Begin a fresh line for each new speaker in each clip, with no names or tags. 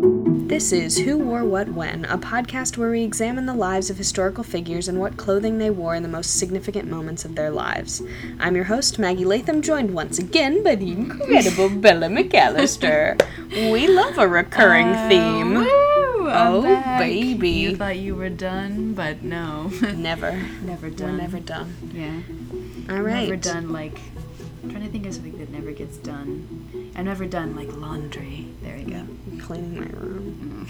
This is Who Wore What When, a podcast where we examine the lives of historical figures and what clothing they wore in the most significant moments of their lives. I'm your host, Maggie Latham, joined once again by the incredible Bella McAllister. We love a recurring theme.
Oh, Woo, I'm
Oh,
back.
baby.
You thought you were done, but no.
Never.
never done.
We're never done.
Yeah.
All right.
Never done like I'm trying to think of something that never gets done. I've never done like laundry. There you go.
I'm cleaning my room.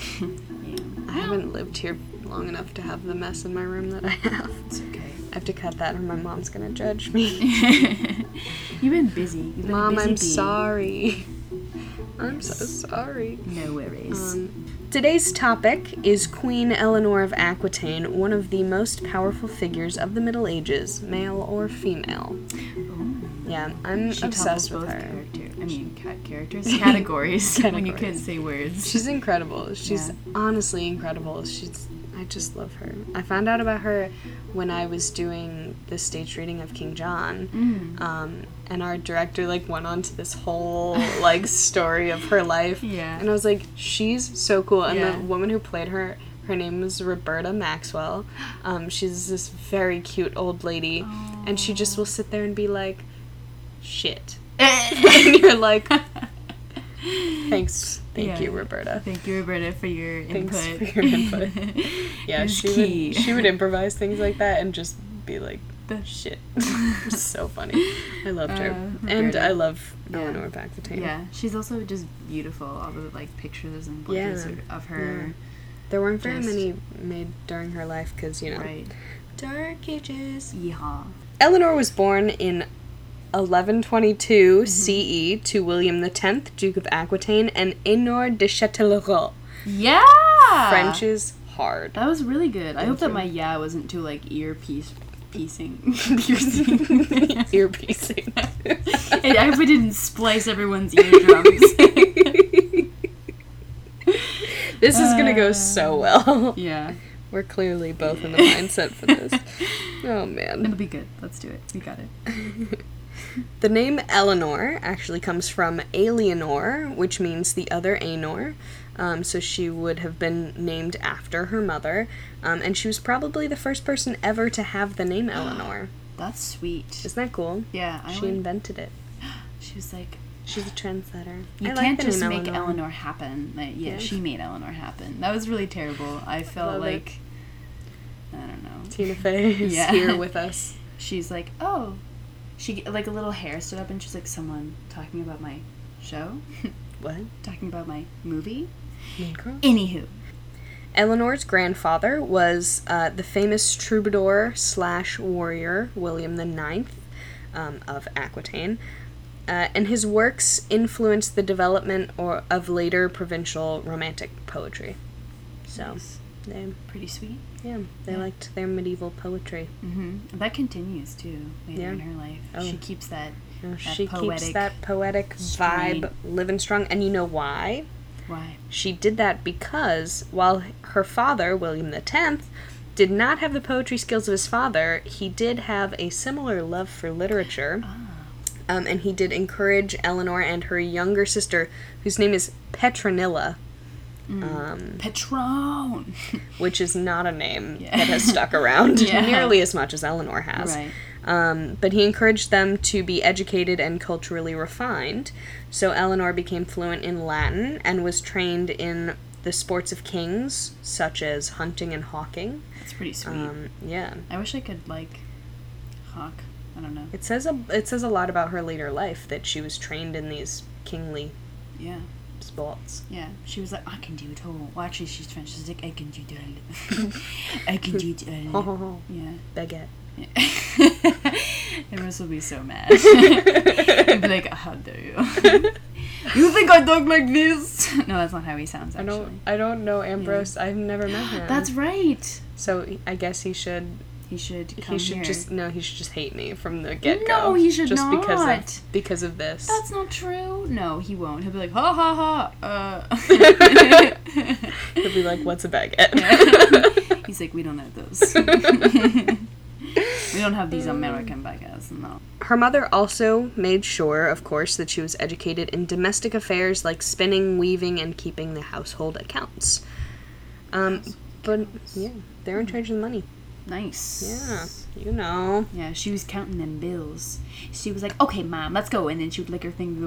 Yeah.
I haven't lived here long enough to have the mess in my room that I have.
It's okay.
I have to cut that or my mom's gonna judge me.
You've been busy. You've been a
Mom,
busy
I'm
bee.
sorry. I'm so sorry.
No worries.
Um, Today's topic is Queen Eleanor of Aquitaine, one of the most powerful figures of the Middle Ages, male or female.
Ooh.
Yeah, I'm
she topples
Um, obsessed
both
with her.
character. I mean, cat characters, categories. when you
Categories.
couldn't say words.
She's incredible. She's
Yeah.
honestly incredible. She's I just love her. I found out about her when I was doing the stage reading of King John.
Mm.
Um, and our director like went on to this whole like story of her life.
Yeah.
And I was like, she's so cool. And
Yeah.
the woman who played her her name was Roberta Maxwell. Um, she's this very cute old lady, and she just will sit there and be like, "Shit," and you're like, "Thanks, thank
Yeah.
you, Roberta."
Thank you, Roberta, for your input.
Thanks for your input. Yeah,
It's
she
key.
would she would improvise things like that and just be like,
The-
"Shit," It was so funny. I loved her,
Uh,
and
Roberta.
I love
Yeah.
Eleanor of Aquitaine.
Yeah, she's also just beautiful. All the like pictures and portraits
Yeah,
of- of her.
There weren't very
Just-
many made during her life because you know
Right.
dark ages.
Yeehaw.
Eleanor was born in
Mm-hmm.
1122 CE E to William X, Duke of Aquitaine, and Honor de Châtellerault.
Yeah. Ah.
French is hard.
That was really good. I hope that my yeah wasn't too like earpiece piecing. Piercing.
Ear piercing.
And I hope it didn't splice everyone's eardrums.
This is gonna go so
Uh.
well.
yeah.
We're clearly both in the mindset for this. Oh man.
It'll be good. Let's do it. We got it.
The name Eleanor actually comes from Alienor, which means the other Anor. Um, so she would have been named after her mother, um, and she was probably the first person ever to have the name Eleanor.
That's sweet.
Isn't that cool?
Yeah. I
She
would-
invented it.
she was like,
She's a trendsetter.
You
I like
can't
the
just
name
make Eleanor, happen. Like, yeah,
Yeah.
she made Eleanor happen. That was really terrible. I felt
love it.
like I don't know.
Tina Fey is
Yeah.
here with us.
She's like, oh, she like a little hair stood up, and she's like, someone talking about my show,
What?
talking about my movie.
Mean Girls?
Anywho,
Eleanor's grandfather was uh, the famous troubadour slash warrior William the Ninth um, of Aquitaine, uh, and his works influenced the development or of later provincial romantic poetry. So they,
pretty sweet.
yeah, they liked their medieval poetry.
hmm That continues too later
Yeah.
in her life.
Oh.
She keeps that.
You know,
that
she keeps
poetic
that poetic vibe living strong, and you know why?
Why?
She did that because while her father, William X, did not have the poetry skills of his father, he did have a similar love for literature. Um, and he did encourage Eleanor and her younger sister, whose name is Petronilla, um,
Patron.
which is not a name
Yeah.
that has stuck around
Yeah.
nearly as much as Eleanor has.
Right.
Um, but he encouraged them to be educated and culturally refined. So Eleanor became fluent in Latin and was trained in the sports of kings, such as hunting and hawking.
That's pretty sweet.
Um, yeah,
I wish I could like hawk. I don't know.
it says a it says a lot about her later life that she was trained in these kingly
Yeah.
sports.
Yeah, she was like, I can do it all. Well, actually, she's French. She's like, I can do it all. I can do it all.
Uh-huh.
Yeah.
Baguette.
And Russ will be so mad. He'll be like, how dare you? you think I talk like this? No, that's not how he sounds,
I
actually.
don't I don't know Ambrose. I've never met him.
That's right.
so he- I guess he should
He should come
he should
here.
just no he should just hate me from the get go.
No, he should
just because
not.
of because of this.
That's not true. No, he won't. He'll be like, ha ha ha. Uh.
He'll be like, "What's a baguette?"
He's like, we don't have those. We don't have these
Mm.
American baguettes, no.
Her mother also made sure, of course, that she was educated in domestic affairs like spinning, weaving, and keeping the household accounts. Um, but yeah, they're in
Mm-hmm.
charge of the money. Yeah,
Nice.
you know.
Yeah. Yeah, she was counting them bills. She was like, okay, mom, let's go. And then she would lick her finger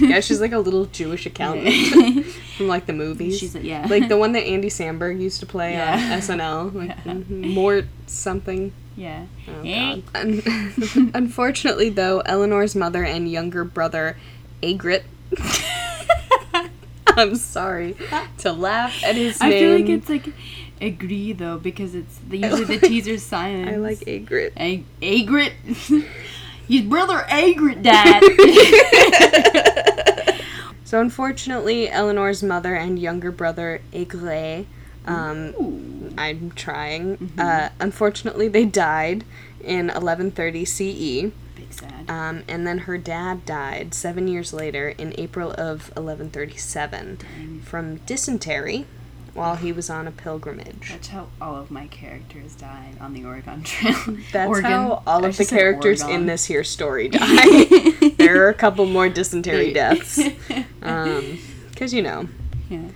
Yeah, she's like a little Jewish accountant
go.
from like the movies.
She's like, yeah.
like the one that Andy Samberg used to play
Yeah.
on SNL, like
Yeah.
Mort something.
yeah.
Oh,
Eh?
God. Un- Unfortunately, though, Eleanor's mother and younger brother, Agrit. I'm sorry to laugh at his
I feel
name.
like it's like agree though because it's the, usually the teaser's silent.
I like Agrit.
Ag- Agrit. Your brother Agrit died.
So, unfortunately, Eleanor's mother and younger brother, Agret, um,
Ooh. Mm-hmm.
I'm trying. Uh, unfortunately, they died in 1130 CE.
Big sad.
Um, and then her dad died seven years later in April of 1137
Dang.
from dysentery while he was on a pilgrimage.
That's how all of my characters died on the Oregon Trail.
That's
Oregon.
how all
I
of the
just said
characters in
Oregon.
this here story died. there are a couple more dysentery deaths. Because, you know,
yeah.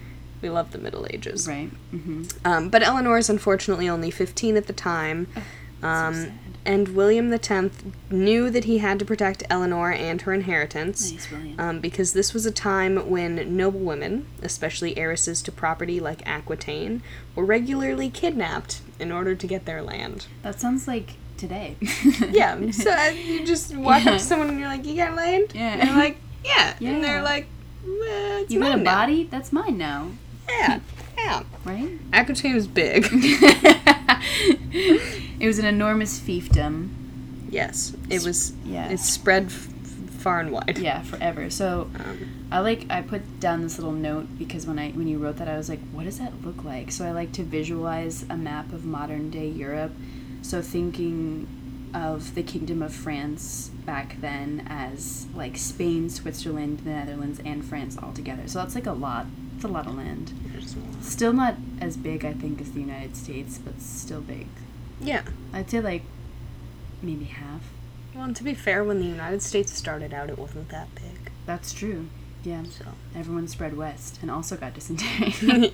we love the Middle Ages.
Right. Mm-hmm.
Um, but Eleanor is unfortunately only 15 at the time. Um,
sad.
and William X knew that he had to protect Eleanor and her inheritance.
Nice, William.
Um, because this was a time when noblewomen, especially heiresses to property like Aquitaine, were regularly kidnapped in order to get their land.
That sounds like today.
Yeah, so uh, you just walk
Yeah.
up to someone and you're like, "You got land?"
Yeah.
and they're like, "Yeah," and
Yeah.
they're like, "Well, it's
you got a
mine now."
body? That's mine now,
Yeah, yeah.
right?
Aquitaine was big.
it was an enormous fiefdom.
yes, it was.
Yeah.
it spread f- far and wide. Um,
Yeah, forever. So I like I put down this little note because when I when you wrote that I was like, what does that look like? So I like to visualize a map of modern day Europe. So thinking of the Kingdom of France back then as like Spain, Switzerland, the Netherlands, and France all together. So that's like a lot. It's a lot of land. Still not as big, I think, as the United States, but still big.
Yeah.
I'd say like maybe half.
Well, and to be fair, when the United States started out, it wasn't that big.
That's true. Yeah.
So.
Everyone spread west and also got dysentery.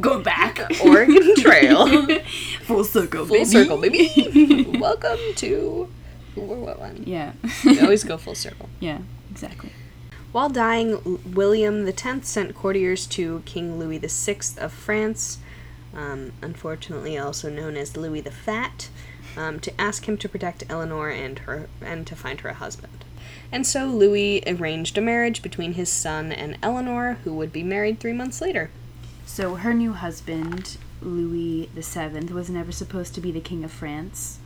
Go back.
Oregon Trail.
Full circle,
full
baby.
circle, baby. Welcome to World War One.
Yeah.
We always go full circle.
yeah, exactly.
While dying, L- William X sent courtiers to King Louis VI of France, um, unfortunately also known as Louis the Fat, um, to ask him to protect Eleanor and her and to find her a husband. And so Louis arranged a marriage between his son and Eleanor, who would be married three months later.
So her new husband, Louis the Seventh, was never supposed to be the king of France.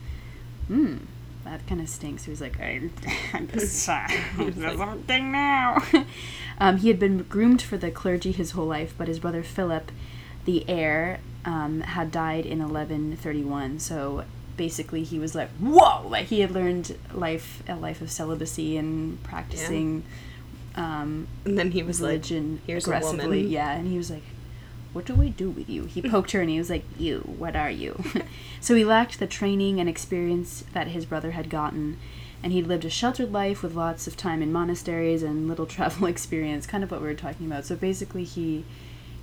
Hmm. That kind of stinks. He was like, I'm, I'm the son. I'm the something now. um, he had been groomed for the clergy his whole life, but his brother Philip, the heir, um, had died in 1131. So basically, he was like, whoa! Like he had learned life a life of celibacy and practicing. Um,
And then he was
religion
like, "Here's a woman."
aggressively. Yeah, and he was like, "What do we do with you?" He poked her, and he was like, "You, what are you?" so he lacked the training and experience that his brother had gotten, and he lived a sheltered life with lots of time in monasteries and little travel experience. Kind of what we were talking about. So basically, he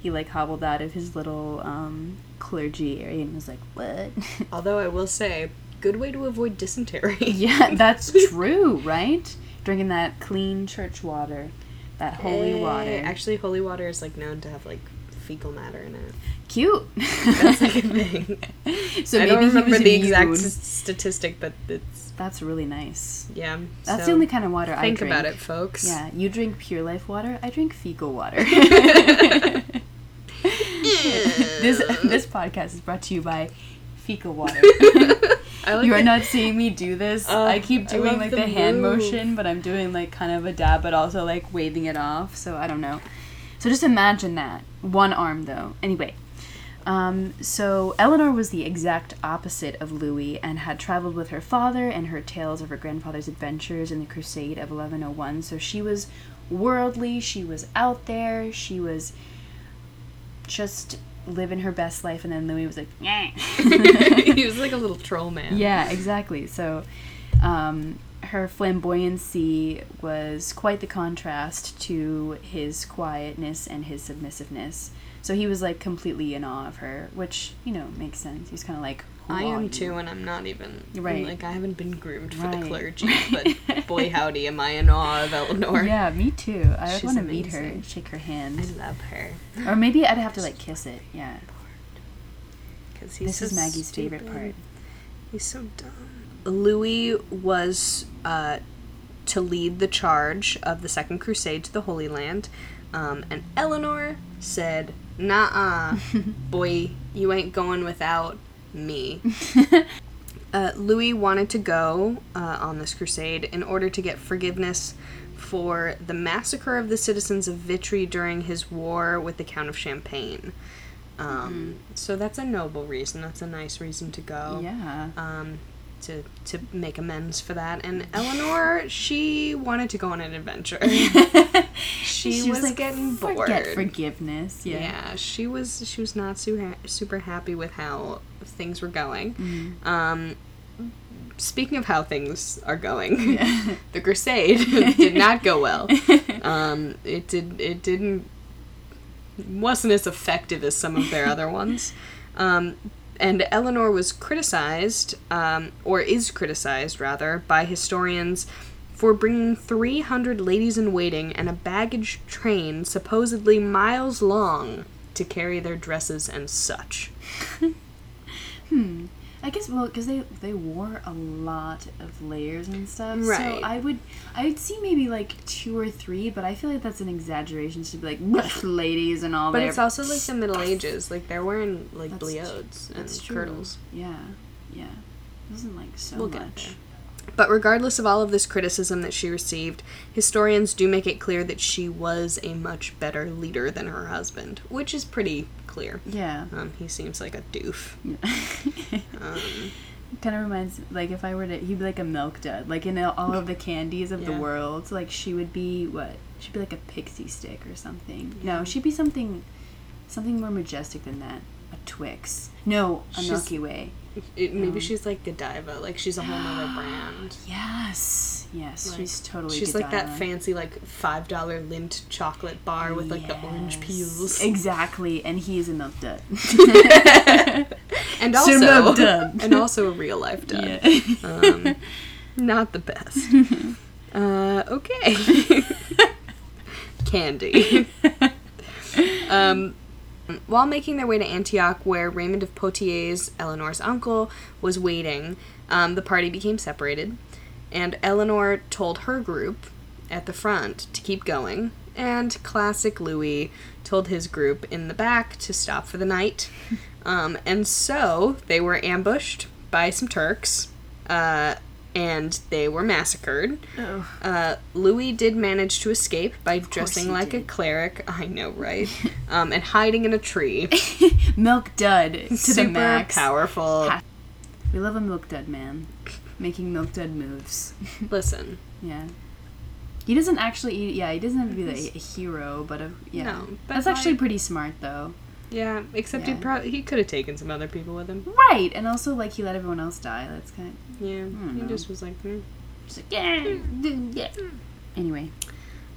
he like hobbled out of his little um, clergy area and was like, "What?"
"Like." Although I will say, good way to avoid dysentery.
yeah, that's true, right? Drinking that clean church water, that holy
Eh,
water.
Actually, holy water is like known to have like fecal matter in it.
cute.
That's like a thing.
So
I
maybe
don't remember
he was
the exact
immune.
s- statistic, but it's
That's really nice.
yeah.
That's
so
the only kind of water I
Think
drink.
about it, folks.
Yeah, you drink pure life water. I drink fecal water. this this podcast is brought to you by fecal water.
I like
you are
it.
not seeing me do this.
Oh,
I keep
I
doing
love
like
the
the, hand
move.
motion, but I'm doing like kind of a dab, but also like waving it off. So I don't know. So just imagine that one arm though. Anyway. Um, so Eleanor was the exact opposite of Louis and had traveled with her father and her tales of her grandfather's adventures in the Crusade of 1101. So she was worldly, she was out there, she was just living her best life, and then Louis was like, "Nyeh."
he was like a little troll man.
Yeah, exactly. So, um, her flamboyancy was quite the contrast to his quietness and his submissiveness. So he was like completely in awe of her, which you know makes sense. He's kind of like, "Who
I
are
am
you?"
too, and I'm not even
Right.
Like I haven't been groomed for
Right.
the clergy, but boy howdy, am I in awe of Eleanor.
Yeah, me too. I
She's
want to meet her,
amazing.
shake her
I
hand,
love her
or maybe I'd have to like kiss it. Yeah,
because
this is Maggie's favorite part.
He's so dumb. Louis was uh, to lead the charge of the Second Crusade to the Holy Land, um, and Eleanor said, "Nah, boy, you ain't going without me." uh, Louis wanted to go uh, on this crusade in order to get forgiveness for the massacre of the citizens of Vitry during his war with the Count of Champagne. Um, So that's a noble reason. That's a nice reason to go
Yeah.
Oh. um, to to make amends for that. And Eleanor, she wanted to go on an adventure. she, was, getting bored.
Forget forgiveness. Yeah.
yeah. she was she was not su- ha- super happy with how things were going. Um, speaking of how things are going, the Crusade did not go well. Um, it did it didn't wasn't as effective as some of their other ones. Um, and Eleanor was criticized, um, or is criticized rather, by historians for bringing 300 ladies in waiting and a baggage train supposedly miles long to carry their dresses and such.
I guess well because they they wore a lot of layers and stuff.
Right.
So I would I would see maybe like two or three, but I feel like that's an exaggeration to be like "Blech, ladies and all.
But
their
it's also like the Middle Ages, like they're wearing like
That's tr-
bleodes and
that's true.
kirtles.
Yeah, yeah. It wasn't like so
We'll get
much.
But regardless of all of this criticism that she received, historians do make it clear that she was a much better leader than her husband, which is pretty clear.
Yeah.
Um, he seems like a doof. Um,
kind of reminds like if I were to he'd be like a milk dud like in all of the candies of
Yeah.
the world like she would be what she'd be like a pixie stick or something no she'd be something something more majestic than that a Twix no a
She's-
Milky Way
it, maybe she's like Godiva, like she's a whole nother brand.
yes yes
Like,
she's totally
She's like that
Godiva.
fancy like five dollar lint chocolate bar with like the orange
Yes.
peels.
exactly and he is a milk dud
and
Sir
also
Mugdub.
and also a real life dud. um, not the best. Uh, okay. Candy. um, while making their way to Antioch, where Raymond of Poitiers, Eleanor's uncle, was waiting, um, the party became separated, and Eleanor told her group at the front to keep going, and classic Louis told his group in the back to stop for the night. Um, and so they were ambushed by some Turks, uh, and they were massacred.
Oh.
Uh, Louis did manage to escape by
course
dressing
he
like a
did.
cleric. I know, right? um, and hiding in a tree.
milk dud to
Super
the max
powerful.
Ha- we love a milk dud man making milk dud moves
Listen,
Yeah. He doesn't actually. He, yeah, he doesn't have to be the, a hero, but a, yeah,
No, but
that's actually
like-
pretty smart though.
yeah. Except he
Yeah.
probably he could have taken some other people with him.
Right, and also like he let everyone else die. That's kind of
Yeah,
don't
he
know.
just was like. "Mm."
just like, yeah,
Hmm.
mm, yeah. Anyway,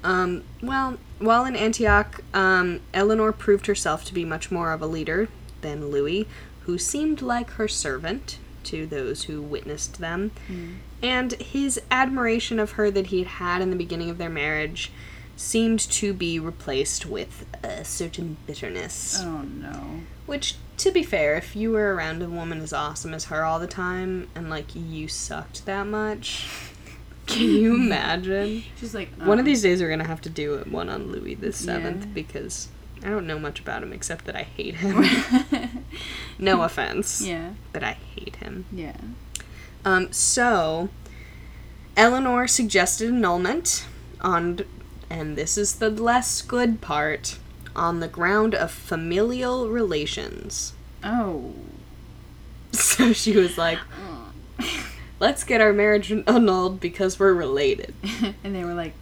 Um, well, while in Antioch, um, Eleanor proved herself to be much more of a leader than Louis, who seemed like her servant to those who witnessed them. And his admiration of her that he had had in the beginning of their marriage seemed to be replaced with a certain bitterness.
oh no,
Which, to be fair, if you were around a woman as awesome as her all the time and like you sucked that much, can you imagine?
she's like
One of
um,
these days we're gonna have to do one on Louis the Seventh
Yeah.
because I don't know much about him except that I hate him. no offense,
yeah,
but I hate him.
yeah.
Um, so Eleanor suggested annulment on, and this is the less good part, on the ground of familial relations.
Oh,
So she was like, "Let's get our marriage annulled because we're related."
and they were like,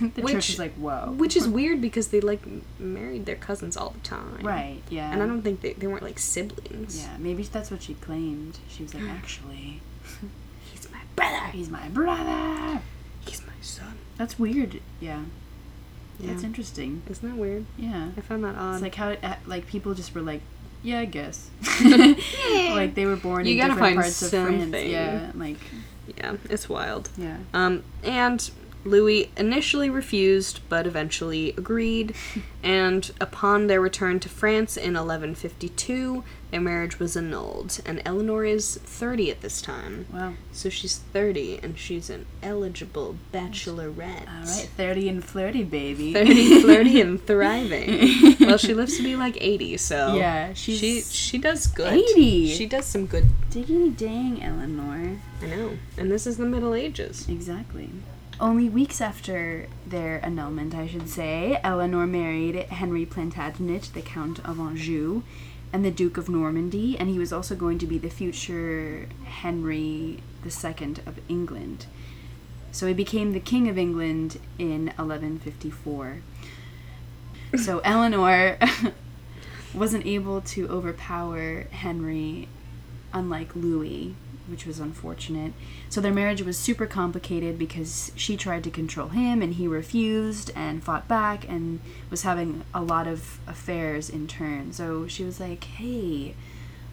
the
Which-
church is like, whoa.
Which is weird because they like m- married their cousins all the time.
right, yeah.
And I don't think they, they weren't like siblings.
Yeah, maybe that's what she claimed. She was like, actually,
He's my brother.
he's my brother.
He's my son.
That's weird. Yeah,
Yeah.
that's interesting.
Isn't that weird?
Yeah,
I found that odd.
it's like how uh, like people just were like, yeah, I guess.
Yeah.
like they were born
You
in
gotta
different
find
parts of France.
something.
Yeah, like
yeah, it's wild.
yeah.
Um, and Louis initially refused, but eventually agreed. and upon their return to France in 1152, their marriage was annulled. And Eleanor is 30 at this time.
Wow.
So she's 30, and she's an eligible bachelorette.
All right, thirty and flirty, baby.
30, flirty, and thriving. well, she lives to be like 80, so.
Yeah, she's
She, she does good.
80.
She does some good.
diggity dang, Eleanor.
I know. And this is the Middle Ages.
Exactly. Only weeks after their annulment, I should say, Eleanor married Henry Plantagenet, the Count of Anjou, and the Duke of Normandy, and he was also going to be the future Henry II of England. So he became the King of England in 1154. So Eleanor wasn't able to overpower Henry, unlike Louis, which was unfortunate. So their marriage was super complicated because she tried to control him and he refused and fought back and was having a lot of affairs in turn. So she was like, hey,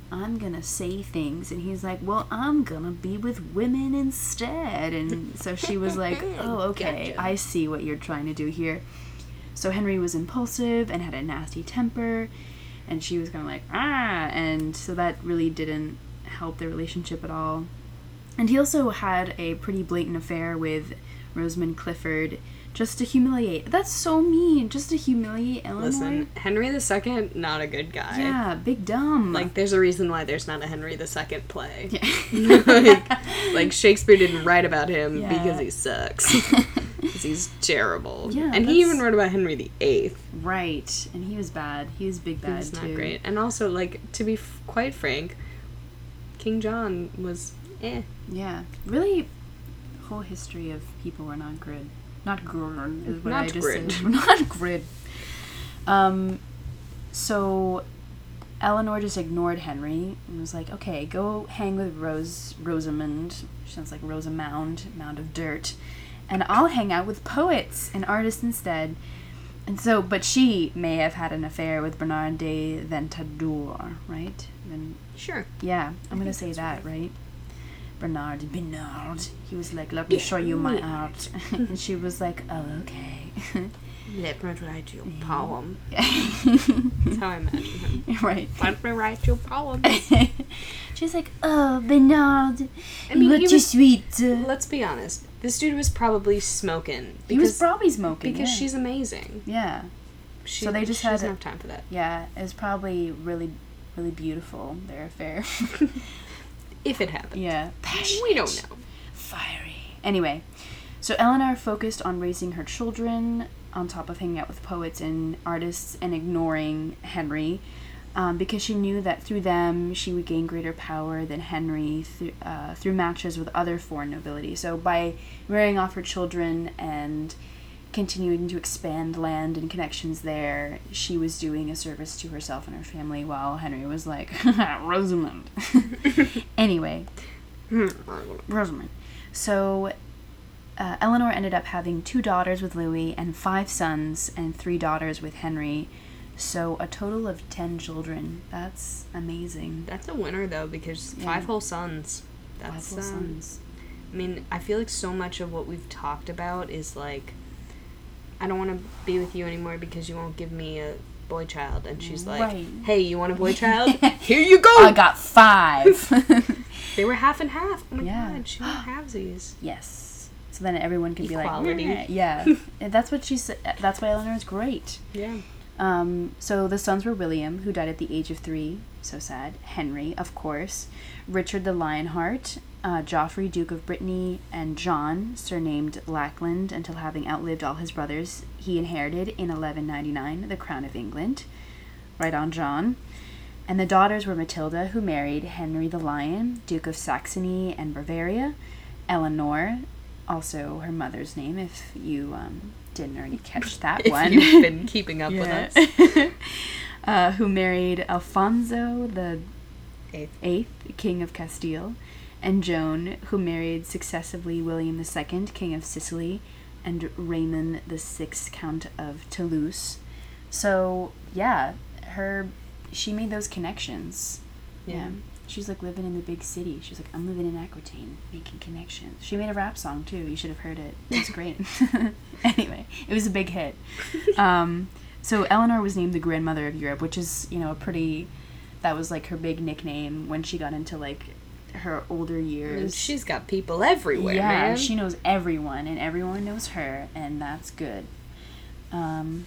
I'm gonna say things. And he's like, well, I'm gonna be with women instead. And so she was like, oh, okay,
Gotcha.
I see what you're trying to do here. So Henry was impulsive and had a nasty temper, and she was kind of like, ah, and so that really didn't help their relationship at all. And he also had a pretty blatant affair with Rosamund Clifford just to humiliate. That's so mean, just to humiliate Eleanor.
Listen, Henry II, not a good guy.
yeah, big dumb.
Like, there's a reason why there's not a Henry II play.
Yeah.
like, like, Shakespeare didn't write about him
Yeah.
because he sucks. 'Cause he's terrible.
Yeah,
and he even
that's-
wrote about Henry VIII.
right, and he was bad. He was big bad
He was not
too.
great. And also, like, to be f- quite frank, King John was eh.
Yeah, really, whole history of people were not grid, not grid is what
Not
I just
grid.
said. Not grid. Um, so Eleanor just ignored Henry and was like, "Okay, go hang with Rose Rosamund." She sounds like Rosamund, mound of dirt, and I'll hang out with poets and artists instead. And so, but she may have had an affair with Bernard de Ventadour, right? Then
Sure.
yeah, I'm gonna say that, right? Bernard, Bernard. He was like, "Let me show
oh,
you my art," and she was like, "Oh, okay."
Let me write you a poem. That's how I imagine him.
right.
Let me write you a poem.
She's like, "Oh, Bernard,
I mean,
you are
he
too
was-
sweet."
Let's be honest. This dude was probably smoking
he was
because
probably smoking
because
yeah.
she's amazing.
yeah,
She,
So they just
she
had
doesn't
a-
have time for that.
yeah. It was probably really, really beautiful their affair.
If it happened.
yeah, passionate.
We don't know.
fiery. Anyway, so Eleanor focused on raising her children, on top of hanging out with poets and artists and ignoring Henry, um, because she knew that through them she would gain greater power than Henry th- uh, through matches with other foreign nobility. So by marrying off her children and continuing to expand land and connections there, she was doing a service to herself and her family while Henry was like, Rosamund. anyway,
Hmm.
Hmm. Rosamund. So, uh, Eleanor ended up having two daughters with Louis and five sons and three daughters with Henry. So, a total of 10 children. That's amazing.
That's a winner though because five whole sons. That's
Five whole
um,
sons.
I mean, I feel like so much of what we've talked about is like, I don't want to be with you anymore because you won't give me a boy child. And she's like,
Right.
hey, you want a boy child? Here you go!
I got five.
They were half and half. Oh my
Yeah.
god, she went halvesies.
yes. So then everyone could be
Equality.
like, yeah. And that's what she said. That's why Eleanor is great.
Yeah.
Um, so the sons were William, who died at the age of three, so sad. Henry, of course, Richard the Lionheart, uh, Joffrey, Duke of Brittany, and John, surnamed Lackland, until having outlived all his brothers, he inherited in 1199 the crown of England. Right on, John. And the daughters were Matilda, who married Henry the Lion, Duke of Saxony and Bavaria, Eleanor, also her mother's name if you um, didn't already catch that
If
one.
you've been keeping up with us.
Yeah. uh, who married Alfonso the
Eighth.
Eighth, King of Castile, and Joan, who married successively William II, King of Sicily, and Raymond VI, Count of Toulouse. So yeah, her she made those connections.
Yeah.
She's like living in the big city. She's like, I'm living in Aquitaine, making connections. She made a rap song too. You should have heard it. It's great. anyway, it was a big hit. Um, so Eleanor was named the grandmother of Europe, which is you know a pretty. That was like her big nickname when she got into like her older
I mean,
years.
she's got people everywhere,
yeah,
man.
she knows everyone, and everyone knows her, and that's good. Um,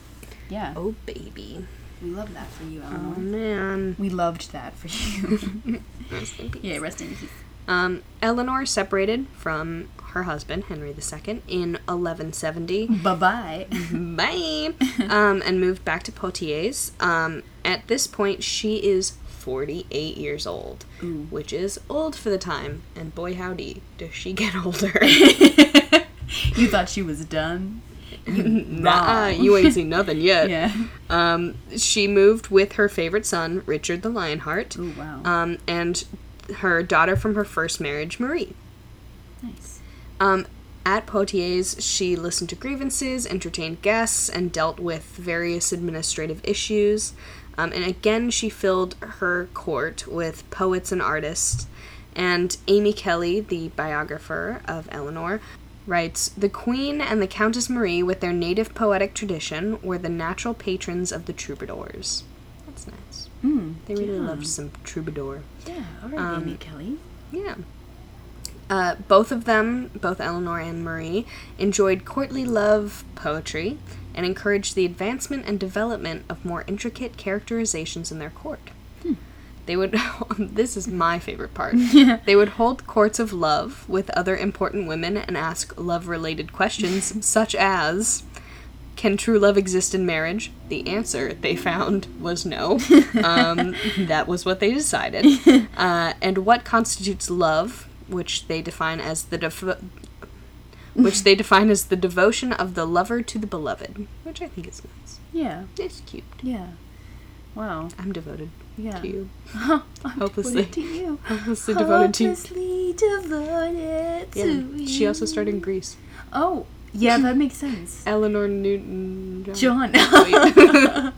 yeah,
oh, baby.
we love that for you,
Oh,
Eleanor.
man.
we loved that for you.
Rest in peace.
yeah, rest in peace.
Um, Eleanor separated from her husband, Henry II, in 1170.
Bye bye.
Bye! um, and moved back to Poitiers. Um, at this point, she is 48 years old, which is old for the time. And boy, howdy, does she get older.
you thought she was done?
nah, you ain't seen nothing yet.
Yeah.
Um, she moved with her favorite son, Richard the Lionheart,
Oh wow.
um, and her daughter from her first marriage, Marie.
nice.
Um, at Poitiers, she listened to grievances, entertained guests, and dealt with various administrative issues. Um, and again, she filled her court with poets and artists. And Amy Kelly, the biographer of Eleanor, writes The Queen and the Countess Marie, with their native poetic tradition, were the natural patrons of the troubadours. That's nice.
Mm.
They really
yeah.
loved some troubadour.
Yeah. All right,
Um,
Amy Kelly.
Yeah. Uh, both of them, both Eleanor and Marie, enjoyed courtly love poetry and encouraged the advancement and development of more intricate characterizations in their court. They would, this is my favorite part. They would hold courts of love with other important women and ask love related questions, such as Can true love exist in marriage? The answer they found was no. Um, that was what they decided. Uh, and what constitutes love, which they define as the def- which they define as the devotion of the lover to the beloved, which I think is nice.
Yeah.
It's cute.
Yeah. Wow.
I'm devoted
Yeah.
to you.
I'm
Hopelessly.
devoted to you.
Hopelessly devoted to you.
Hopelessly devoted
Yeah.
to you.
She also starred in Greece.
Oh, yeah, that makes sense.
Eleanor Newton.
John.
Um,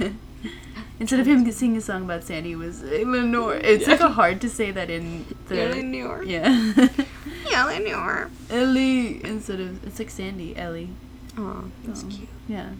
Wait.
Instead of him singing a song about Sandy, it was Eleanor. It's like hard to say that in the
Eleanor.
yeah.
Eleanor.
Ellie instead of it's like Sandy Ellie.
Aw, that's
Oh.
cute.
Yeah.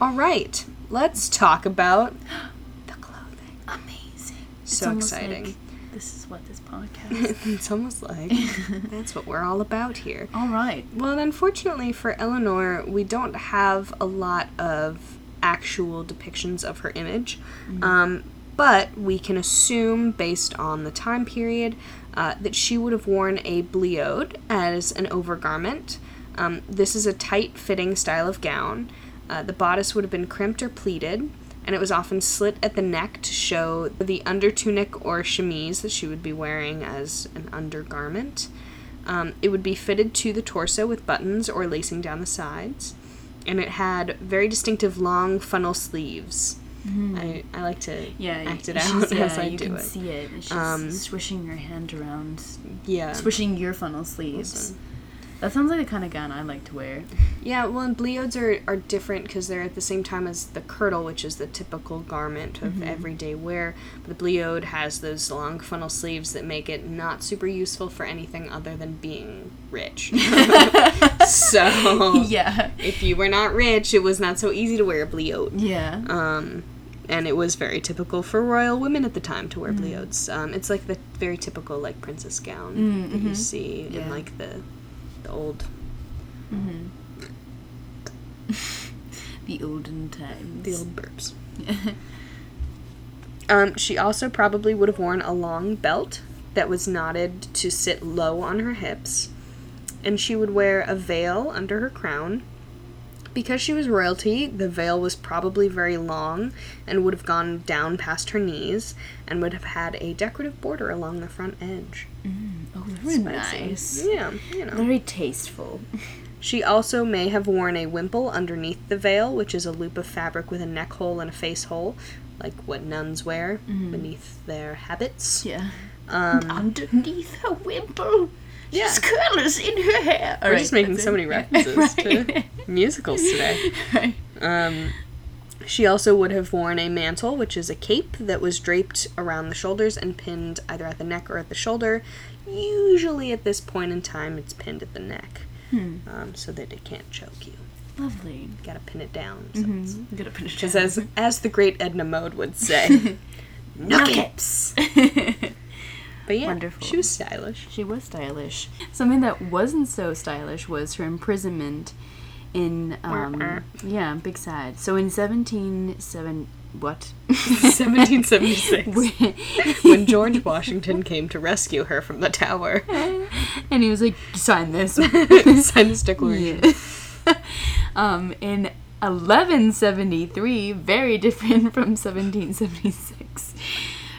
All right, let's talk about the clothing.
Amazing.
so exciting.
this is what this podcast.
it's almost like that's what we're all about here.
All right.
Well, and unfortunately for Eleanor, we don't have a lot of actual depictions of her image, um, but we can assume, based on the time period, uh, that she would have worn a bleode as an overgarment. Um, this is a tight fitting style of gown. Uh, the bodice would have been crimped or pleated, and it was often slit at the neck to show the under tunic or chemise that she would be wearing as an undergarment. Um, it would be fitted to the torso with buttons or lacing down the sides, and it had very distinctive long funnel sleeves. I, Mm-hmm. I like to
Hmm. Yeah.
act
you-
it out
she's- yeah,
as I
you
do
can
it.
see it. and She's
Um,
swishing her hand around,
Yeah.
swishing your funnel sleeves.
Awesome.
That sounds like the kind of gown I like to wear.
Yeah, well, and bleodes are, are different because they're at the same time as the kirtle, which is the typical garment of
Mm-hmm.
everyday wear. But the bleode has those long funnel sleeves that make it not super useful for anything other than being rich. so,
Yeah.
if you were not rich, it was not so easy to wear a bleode.
Yeah.
Um, and it was very typical for royal women at the time to wear bleodes. Um, it's like the very typical like princess gown that you see in
Yeah.
like the the old
Mm-hmm. the olden times.
the old burps. um, she also probably would have worn a long belt that was knotted to sit low on her hips, and she would wear a veil under her crown. Because she was royalty, the veil was probably very long and would have gone down past her knees and would have had a decorative border along the front edge.
Oh, very
Fancy.
nice.
Yeah, you know.
Very tasteful.
She also may have worn a wimple underneath the veil, which is a loop of fabric with a neck hole and a face hole, like what nuns wear beneath their habits.
Mm-hmm. Yeah. Underneath her wimple.
Um, Yeah.
She's curlers in her hair.
We're just making so many references to musicals today.
Right.
Um, she also would have worn a mantle, which is a cape that was draped around the shoulders and pinned either at the neck or at the shoulder. Usually, at this point in time, it's pinned at the neck,
Hmm.
um, so that it can't choke you.
Lovely.
You gotta pin it down.
I'm gonna put it
Because as as the great Edna Mode would say, nuggets. But yeah,
Wonderful.
she was stylish.
She was stylish. Something that wasn't so stylish was her imprisonment in um yeah, big sad. So in seventeen seven what?
1776, when George Washington came to rescue her from the tower,
and he was like, sign this.
signed this declaration.
um, in 1173, very different from 1776.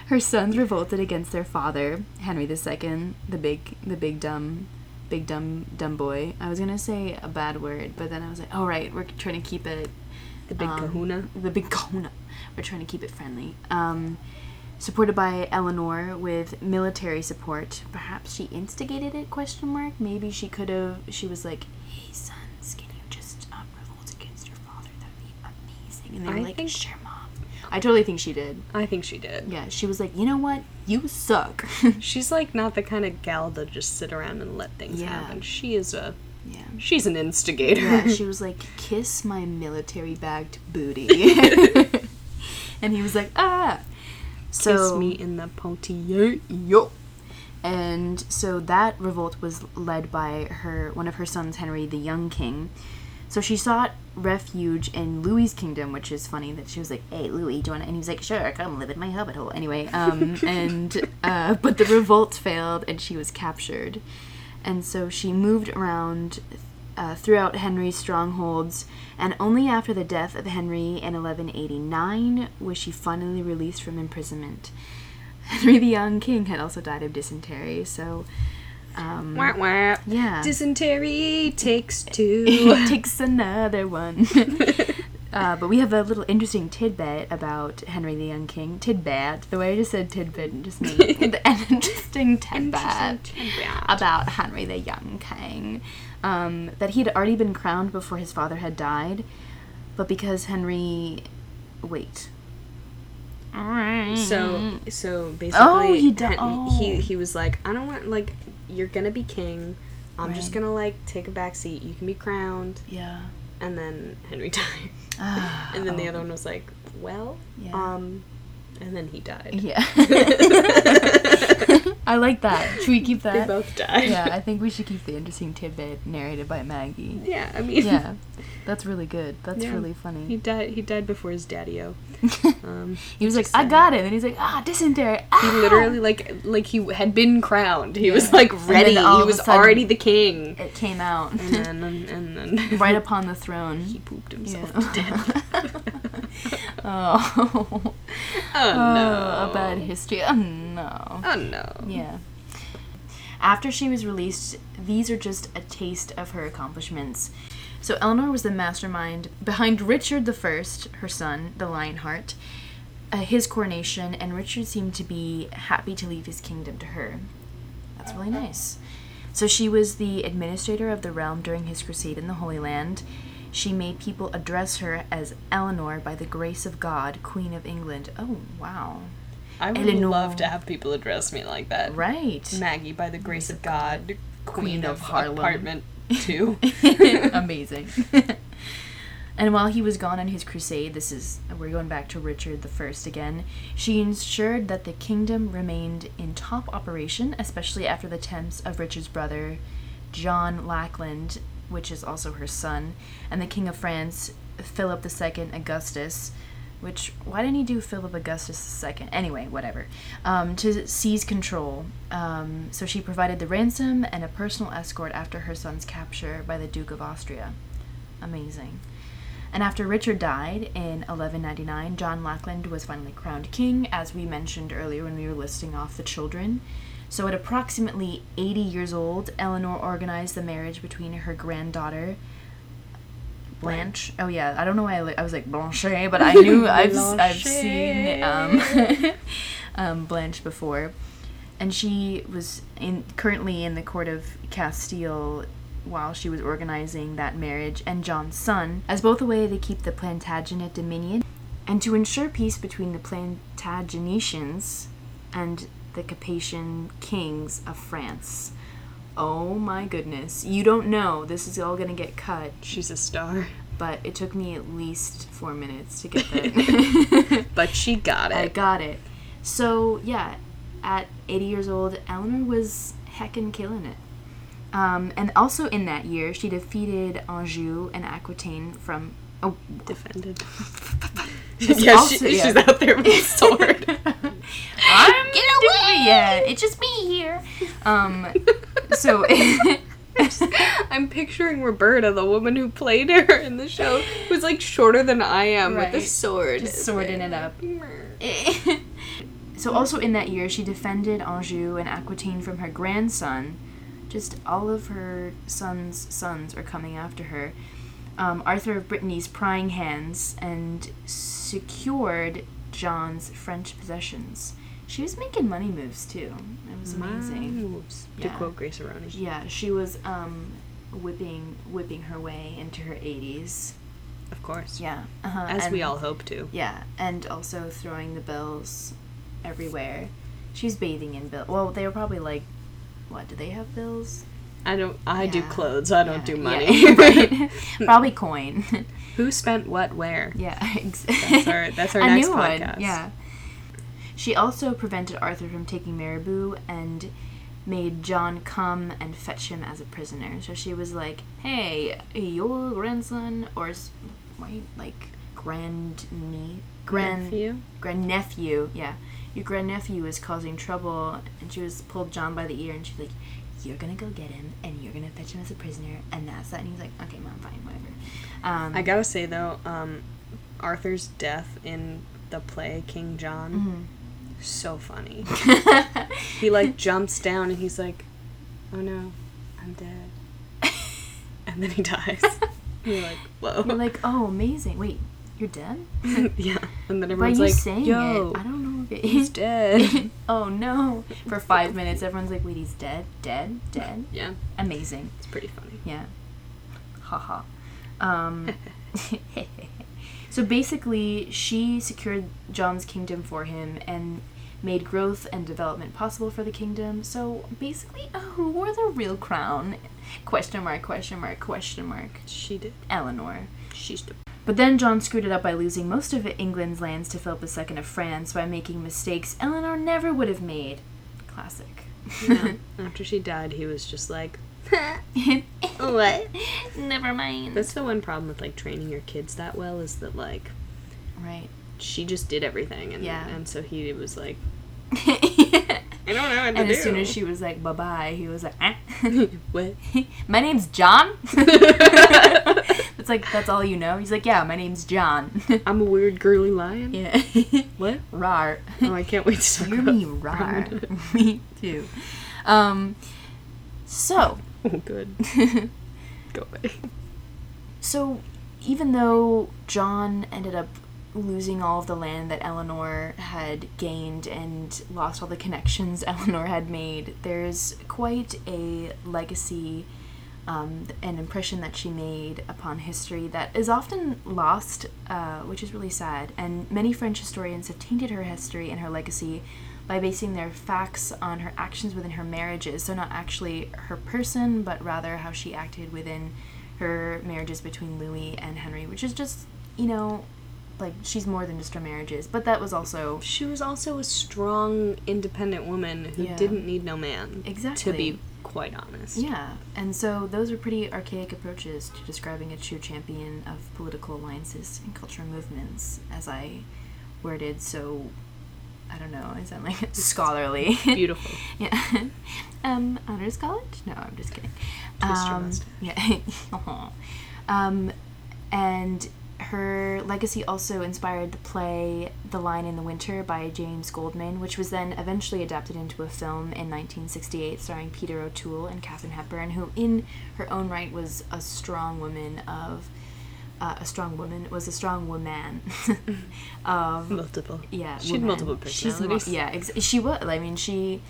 Her sons revolted against their father, Henry II, the big, the big dumb, big dumb, dumb boy. I was gonna say a bad word, but then I was like, all right, we're trying to keep it
The big
um,
Kahuna.
The big kahuna. We're trying to keep it friendly. Um, supported by Eleanor with military support. Perhaps she instigated it? Question mark. Maybe she could have. She was like, "Hey, sons, can you just um, revolt against your father? That'd be amazing." And they were
I
like,
think-
"Sure, mom." I totally think she did.
I think she did.
Yeah, she was like, "You know what? You suck."
She's like not the kind of gal to just sit around and let things
Yeah.
happen. She is a
yeah.
she's an instigator.
Yeah, she was like, "Kiss my military bagged booty," and he was like, "Ah." So
Kiss me in the potier.
Yo. E And so that revolt was led by her one of her sons, Henry the Young King. So she sought refuge in Louis's kingdom, which is funny that she was like, "Hey, Louis, do you want?" And he was like, "Sure, come live in my hobbit hole." Anyway, um, and uh, but the revolt failed, and she was captured. And so she moved around uh, throughout Henry's strongholds, and only after the death of Henry in 1189 was she finally released from imprisonment. Henry the Young King had also died of dysentery, so um,
Wah, wah.
yeah,
Dysentery takes two.
it takes another one. Uh, but we have a little interesting tidbit about Henry the Young King. Tidbit. The way I just said tidbit and just made an interesting tidbit about Henry the Young King. Um, that he had already been crowned before his father had died, but because Henry. Wait.
So so basically
Mm-hmm. Oh, he di-
Hen-
oh.
he he was like, I don't want like you're gonna be king. I'm just gonna like take a back seat. You can be crowned,
Yeah.
and then Henry died.
Ah,
And then the
oh.
other one was like, well,
Yeah.
um, and then he died.
Yeah. I like that. Should we keep
They
that?
both died.
yeah, I think we should keep the interesting tidbit narrated by Maggie.
Yeah, I mean,
Yeah, that's really good. That's
Yeah.
really
he
funny.
died. He died before his daddy-o. Um,
He was like, I got it. And he's like, ah, dysentery.
he
Ah!
literally like like he had been crowned. He was like
then
ready.
all
He
of a
was
sudden-
already the king.
It came out
And then and, and then
right upon the throne.
he pooped himself
Yeah.
to death.
Oh.
Oh no!
Oh, a bad history. Oh, no.
Oh no!
Yeah. After she was released, these are just a taste of her accomplishments. So Eleanor was the mastermind behind Richard I, her son, the Lionheart, uh, his coronation, and Richard seemed to be happy to leave his kingdom to her. That's really nice. So she was the administrator of the realm during his crusade in the Holy Land. She made people address her as Eleanor by the grace of God, Queen of England. Oh, wow.
I would
Eleanor.
love to have people address me like that.
Right.
Maggie, by the grace of God, Queen,
Queen
of,
of Harlem.
Apartment Two.
Amazing. and while he was gone on his crusade, this is we're going back to Richard the First again. She ensured that the kingdom remained in top operation, especially after the attempts of Richard's brother, John Lackland, which is also her son, and the King of France, Philip II Augustus. Which why didn't he do Philip Augustus II? Anyway, whatever. Um, to seize control. Um, so she provided the ransom and a personal escort after her son's capture by the Duke of Austria. Amazing. And after Richard died in 1199, John Lackland was finally crowned king, as we mentioned earlier when we were listing off the children. So, at approximately 80 years old, Eleanor organized the marriage between her granddaughter, Blanche. Oh yeah, I don't know why I, li- I was like Blanche, but I knew I've I've seen um, um, Blanche before, and she was in currently in the court of Castile while she was organizing that marriage and John's son as both a way to keep the Plantagenet dominion and to ensure peace between the Plantagenetians and the Capetian kings of France. Oh my goodness. You don't know. This is all going to get cut
She's a star.
but it took me at least four minutes to get that.
But she got
I
it.
got it. So yeah, at 80 years old, Eleanor was heckin' killing it. Um, and also in that year, she defeated Anjou and Aquitaine from. Oh,
Defended.
She's
yeah,
also-
she, she's
yeah.
out there with a sword.
I'm get away! Yeah, it's just me here. Um, so
I'm picturing Roberta, the woman who played her in the show, who's like shorter than I am with a
Right.
sword.
Just swording it up.
Meh.
so also in that year she defended Anjou and Aquitaine from her grandson. Just all of her son's sons are coming after her. Um, Arthur of Brittany's prying hands and secured John's French possessions. She was making money moves too. It was amazing.
Moves, to
Yeah.
quote Grace Aroni.
Yeah, she was um, whipping whipping her way into her 80s.
Of course.
Yeah, uh-huh.
As we
and-
all hope to.
Yeah, and also throwing the bills everywhere. She's bathing in bills. Well, they were probably like, what? Do they have bills?
I don't. I do
Yeah.
clothes. I don't
Yeah,
do
yeah,
money.
right. probably coin.
Who spent what where?
yeah, ex-
That's our- that's our
A
next
new one,
podcast.
Yeah. She also prevented Arthur from taking Marabou and made John come and fetch him as a prisoner. So she was like, "Hey, your grandson or s- wait, like grand nie grand
Nephew?
grandnephew, yeah, your grandnephew is causing trouble." And she was pulled John by the ear and she's like, "You're gonna go get him and you're gonna fetch him as a prisoner and that's that." And he's like, "Okay, mom, fine, whatever." Um,
I gotta say though, um, Arthur's death in the play King John,
mm-hmm.
so funny. he like jumps down and he's like, "Oh no, I'm dead," and then he dies. You're like, "Whoa."
You're like, oh, amazing. Wait, you're dead?
yeah, and then
Why are
everyone's
you
like,
saying
"Yo,
it? I don't know if it
he's
is.
dead."
oh no! For five minutes, everyone's like, wait, he's dead, dead, dead.
yeah,
Amazing.
it's pretty funny.
Yeah. Haha. Um, so basically, she secured John's kingdom for him and made growth and development possible for the kingdom. So basically, uh, who wore the real crown? Question mark, question mark, question mark.
She did.
Eleanor.
She's the.
But then John screwed it up by losing most of England's lands to Philip II of France by making mistakes Eleanor never would have made. Classic.
Yeah. After she died, he was just like, "What?"
never mind.
That's the one problem with like training your kids that well is that like
right.
she just did everything and
Yeah.
and so he was like I
and
don't know what to do.
as soon as she was like, bye bye, he was like, "Ah."
what
my name's John? it's like, that's all you know? He's like, yeah, my name's John.
I'm a weird girly lion.
yeah.
What?
Rar.
Oh, I can't wait to talk
You're
about
me, rar. me too. Um, so.
Oh, good. Go away.
So, even though John ended up losing all of the land that Eleanor had gained and lost all the connections Eleanor had made, there's quite a legacy um, and impression that she made upon history that is often lost, uh, which is really sad. And many French historians have tainted her history and her legacy by basing their facts on her actions within her marriages. So, not actually her person, but rather how she acted within her marriages between Louis and Henry, which is just, you know, like she's more than just her marriages. But that was also
She was also a strong, independent woman who
Yeah.
didn't need no man. To
Exactly.
be quite honest.
Yeah, and so those are pretty archaic approaches to describing a true champion of political alliances and cultural movements, as I worded so. I don't know. I sound like scholarly.
Beautiful.
yeah. Um, honors college? No, I'm just kidding.
Twist your
Um,
mustache.
yeah. um, and her legacy also inspired the play The Lion in the Winter by James Goldman, which was then eventually adapted into a film in 1968 starring Peter O'Toole and Katharine Hepburn, who, in her own right, was a strong woman of. Uh, a strong woman was a strong woman Um, of
Multiple.
yeah
She had
woman.
multiple
She's mul-
personalities.
yeah ex- she was i mean she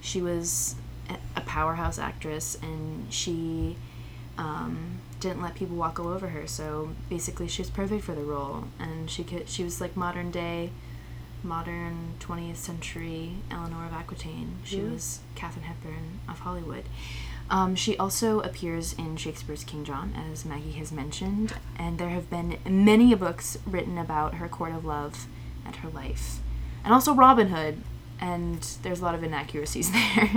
she was a- a powerhouse actress and she um, didn't let people walk all over her so basically she was perfect for the role and she could she was like modern day modern 20th century eleanor of aquitaine she
Yeah.
was katharine hepburn of hollywood um, she also appears in Shakespeare's King John, as Maggie has mentioned, and there have been many books written about her court of love and her life, and also Robin Hood. And there's a lot of inaccuracies there.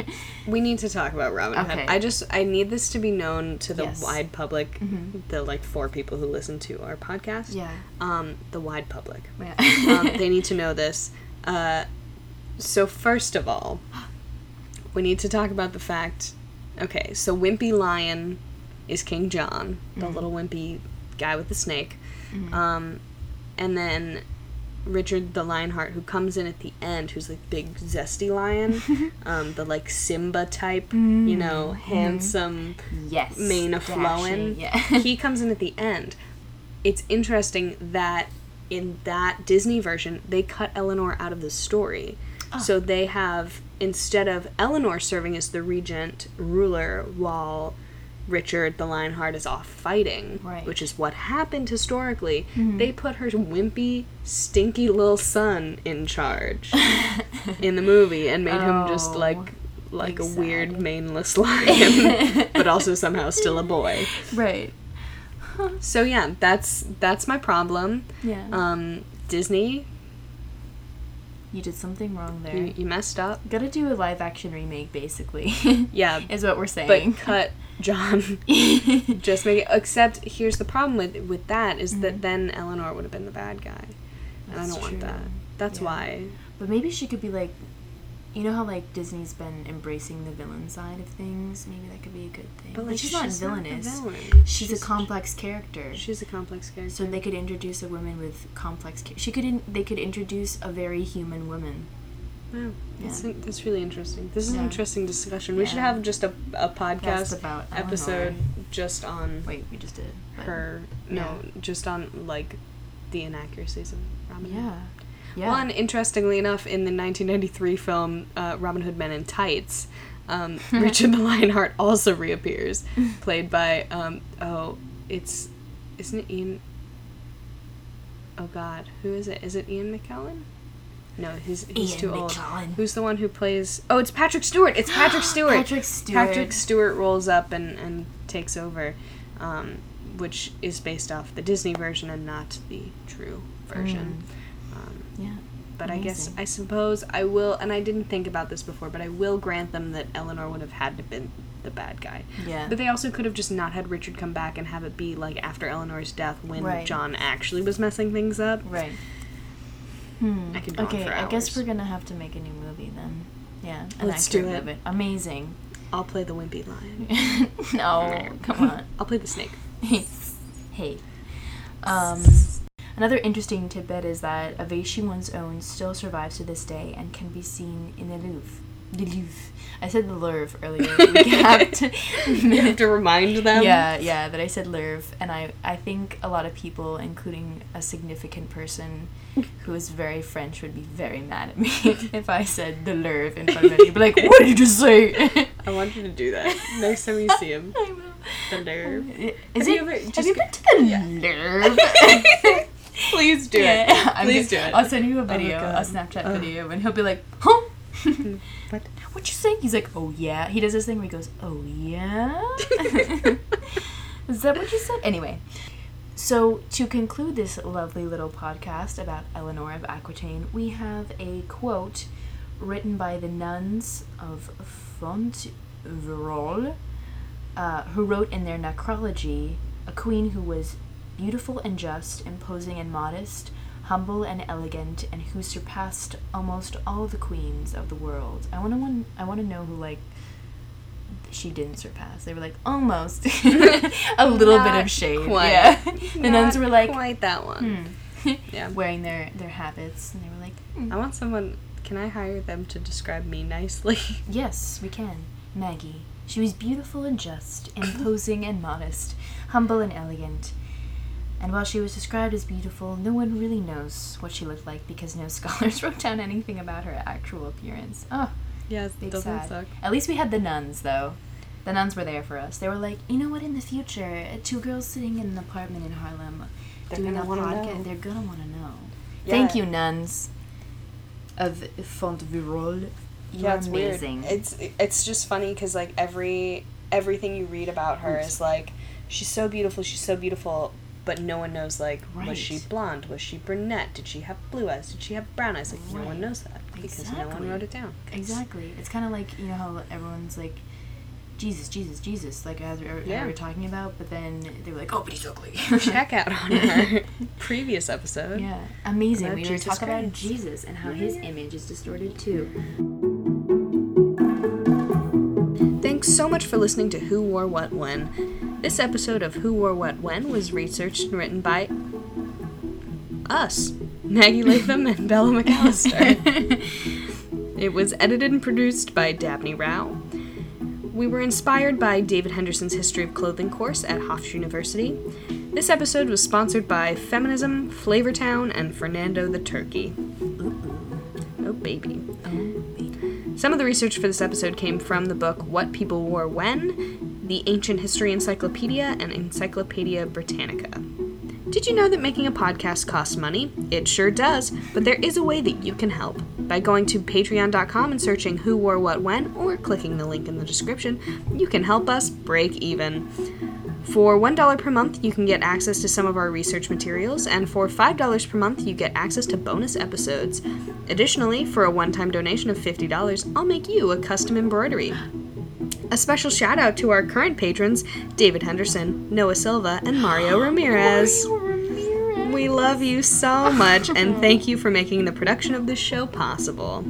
We need to talk about Robin
Okay.
Hood. I just I need this to be known to the
Yes.
wide public,
Mhm.
the like four people who listen to our podcast.
yeah.
Um, the wide public.
Yeah.
um, they need to know this. Uh, so first of all, we need to talk about the fact. Okay, so Wimpy Lion is King John, the little wimpy guy with the snake, um, and then Richard the Lionheart, who comes in at the end, who's like big zesty lion, um, the like Simba type, you know, handsome
yes.
mane a flowing.
dashing, Yeah.
he comes in at the end. It's interesting that in that Disney version, they cut Eleanor out of the story.
Ah.
So they have instead of Eleanor serving as the regent ruler while Richard the Lionheart is off fighting,
Right. Mm-hmm.
which is what happened historically. They put her wimpy, stinky little son in charge in the movie and made him just
Oh,
like like a
like
weird
sad.
maneless lion, but also somehow still a boy.
right.
So yeah, that's that's my problem.
Yeah.
Um, Disney,
you did something wrong there.
you, you messed up.
Gotta do a live action remake, basically.
Yeah,
Is what we're
but
saying.
cut John. Just make it. Except here's the problem with with that is that then Eleanor would have been the bad guy, and I
Mm-hmm. That's
don't want
true.
that. That's
Yeah.
why.
But maybe she could be like, you know how like Disney's been embracing the villain side of things. Maybe that could be a good thing.
But like
she's, not
not the
villainous.
villain.
She's, a complex character.
She's a complex character.
so they could introduce a woman with complex. Ca- she could. In- they could introduce a very human woman.
Wow, that's,
Yeah.
that's really interesting. This is
Yeah.
an interesting discussion. We should
Yeah.
have just a, a
That's
podcast
about Eleanor.
episode just on
Wait, we just did. but-
her. No, just on like the inaccuracies of Robin. Hood.
Yeah. Yeah.
One, interestingly enough, in the 1993 film uh, Robin Hood Men in Tights, um, Richard the Lionheart also reappears, played by um, oh, it's isn't it Ian? Oh God, who is it? Is it Ian McKellen? No, he's he's
Ian
too old.
McKellen.
Who's the one who plays? Oh, it's Patrick Stewart. It's Patrick Stewart.
Patrick Stewart.
Patrick Stewart rolls up and and takes over, um, which is based off the Disney version and not the true version.
Mm.
Um,
Yeah.
but I guess
Amazing.
I suppose I will, and I didn't think about this before, but I will grant them that Eleanor would have had to been the bad guy.
Yeah.
But they also could have just not had Richard come back and have it be like after Eleanor's death when
Right.
John actually was messing things up.
Right. Hmm.
I could go on
Okay,
for
I guess
hours.
we're gonna have to make a new movie then. Yeah, an
Let's
accurate
do it.
movie. Amazing.
I'll play the wimpy lion.
no, come on.
I'll play the snake.
hey. Um, another interesting tidbit is that a Vichy one's own still survives to this day and can be seen in the Louvre. The Louvre. I said the Louvre earlier. We have to-
You have to remind them.
yeah, yeah, that I said Louvre, and I, I think a lot of people, including a significant person who is very French, would be very mad at me if I said the Louvre in front of them. They'd be like, what did you just say?
I want you to do that next time you see him.
I will.
The nerve.
Is
Have
it,
you ever-
have
just-
you been to the Louvre?
Please do
Yeah, I'm
Please
gonna-
do it. Oh
I'll send you a video,
God. Hmm.
a Snapchat video, and he'll be like, huh?
What?
What you say? He's like, oh yeah. He does this thing where he goes, oh yeah. Is that what you said? Anyway, so to conclude this lovely little podcast about Eleanor of Aquitaine, we have a quote written by the nuns of Fontevraud, uh, who wrote in their necrology a queen who was beautiful and just, imposing and modest, humble and elegant, and who surpassed almost all the queens of the world. I want to I want to know who like she didn't surpass. They were like almost a little bit
Not
of shade.
quite.
Yeah. the nuns were like
quite that one.
hmm,
Yeah.
wearing their their habits, and they were like, "Hmm,
I want someone. Can I hire them to describe me nicely?
"Yes, we can." Maggie. She was beautiful and just, imposing and modest, humble and elegant. And while she was described as beautiful, no one really knows what she looked like because no scholars wrote down anything about her actual appearance. Oh,
yes,
Big
doesn't
sad.
suck.
At least we had the nuns, though. The nuns were there for us. They were like, you know what? In the future, uh, two girls sitting in an apartment in Harlem,
They're
doing
gonna
a
wanna
podcast.
know."
They're gonna want to know.
Yeah.
Thank you, nuns. Of Fontvirol, you're
Yeah, it's
amazing.
weird. It's it's just funny because like every everything you read about her is like she's so beautiful, she's so beautiful, but no one knows like
Right.
was she blonde, was she brunette, did she have blue eyes, did she have brown eyes? Like no one
Right.
knows that because no
Exactly.
one wrote it down. 'Cause-
Exactly. It's kind of like you know how everyone's like, Jesus, Jesus, Jesus, like as we we
Yeah.
were talking about, but then they were like, oh, but he's ugly.
Check out on her previous episode.
Yeah, amazing.
About
we
Jesus
were talking about
Christ.
Jesus and how his image is distorted too.
Thanks so much for listening to Who Wore What When. This episode of Who Wore What When was researched and written by us, Maggie Latham and Bella McAllister. it was edited and produced by Dabney Rao. We were inspired by David Henderson's History of Clothing course at Hofstra University. This episode was sponsored by Feminism, Flavortown, and Fernando the Turkey. Oh, baby. Some of the research for this episode came from the book What People Wore When, the Ancient History Encyclopedia, and Encyclopedia Britannica. Did you know that making a podcast costs money? It sure does, but there is a way that you can help. By going to patreon.com and searching who wore what when, or clicking the link in the description, you can help us break even. For $1 per month, you can get access to some of our research materials, and for $5 per month, you get access to bonus episodes. Additionally, for a one time donation of $50, I'll make you a custom embroidery. A special shout out to our current patrons David Henderson, Noah Silva, and Mario Ramirez. We love you so much, and thank you for making the production of this show possible.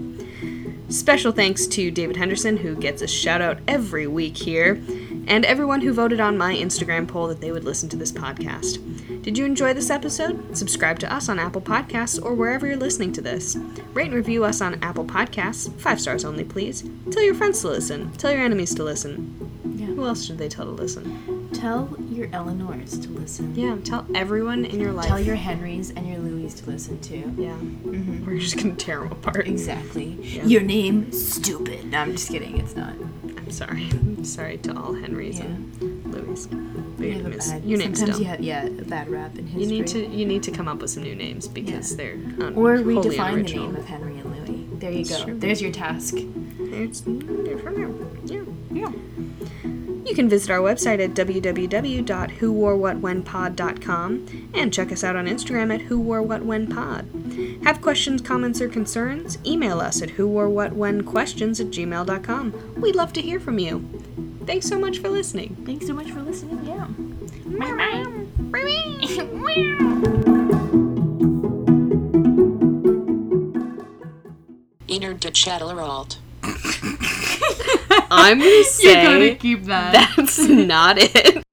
Special thanks to David Henderson, who gets a shout out every week here, and everyone who voted on my Instagram poll that they would listen to this podcast. Did you enjoy this episode? Subscribe to us on Apple Podcasts or wherever you're listening to this. Rate and review us on Apple Podcasts, five stars only, please. Tell your friends to listen. Tell your enemies to listen.
Yeah.
Who else should they tell to listen?
Tell your Eleanors to listen.
Yeah, tell everyone in your life.
Tell your Henrys and your Louis to listen to.
Yeah. Mm-hmm. We're just gonna tear them apart.
Exactly. Your name, stupid. No, I'm just kidding. It's not.
I'm sorry. I'm sorry to all Henrys and Louis. But
You
your
have a
name is,
bad.
your name's
sometimes
dumb.
you have yeah a bad rap in history.
You need to you need to come up with some new names because
Yeah.
they're un-
Or
wholly
redefine the
unoriginal.
name of Henry and Louis. There you
That's
go.
true.
There's your task.
It's yeah. Yeah. You can visit our website at www.whoworewhatwhenpod.com and check us out on Instagram at whoworewhatwhenpod. Have questions, comments, or concerns? Email us at whoworewhatwhenquestions at gmail.com. We'd love to hear from you. Thanks so much for listening.
Thanks so much for listening. Yeah.
Inner de Chatteleralt.
I'm gonna say
keep that.
that's not it.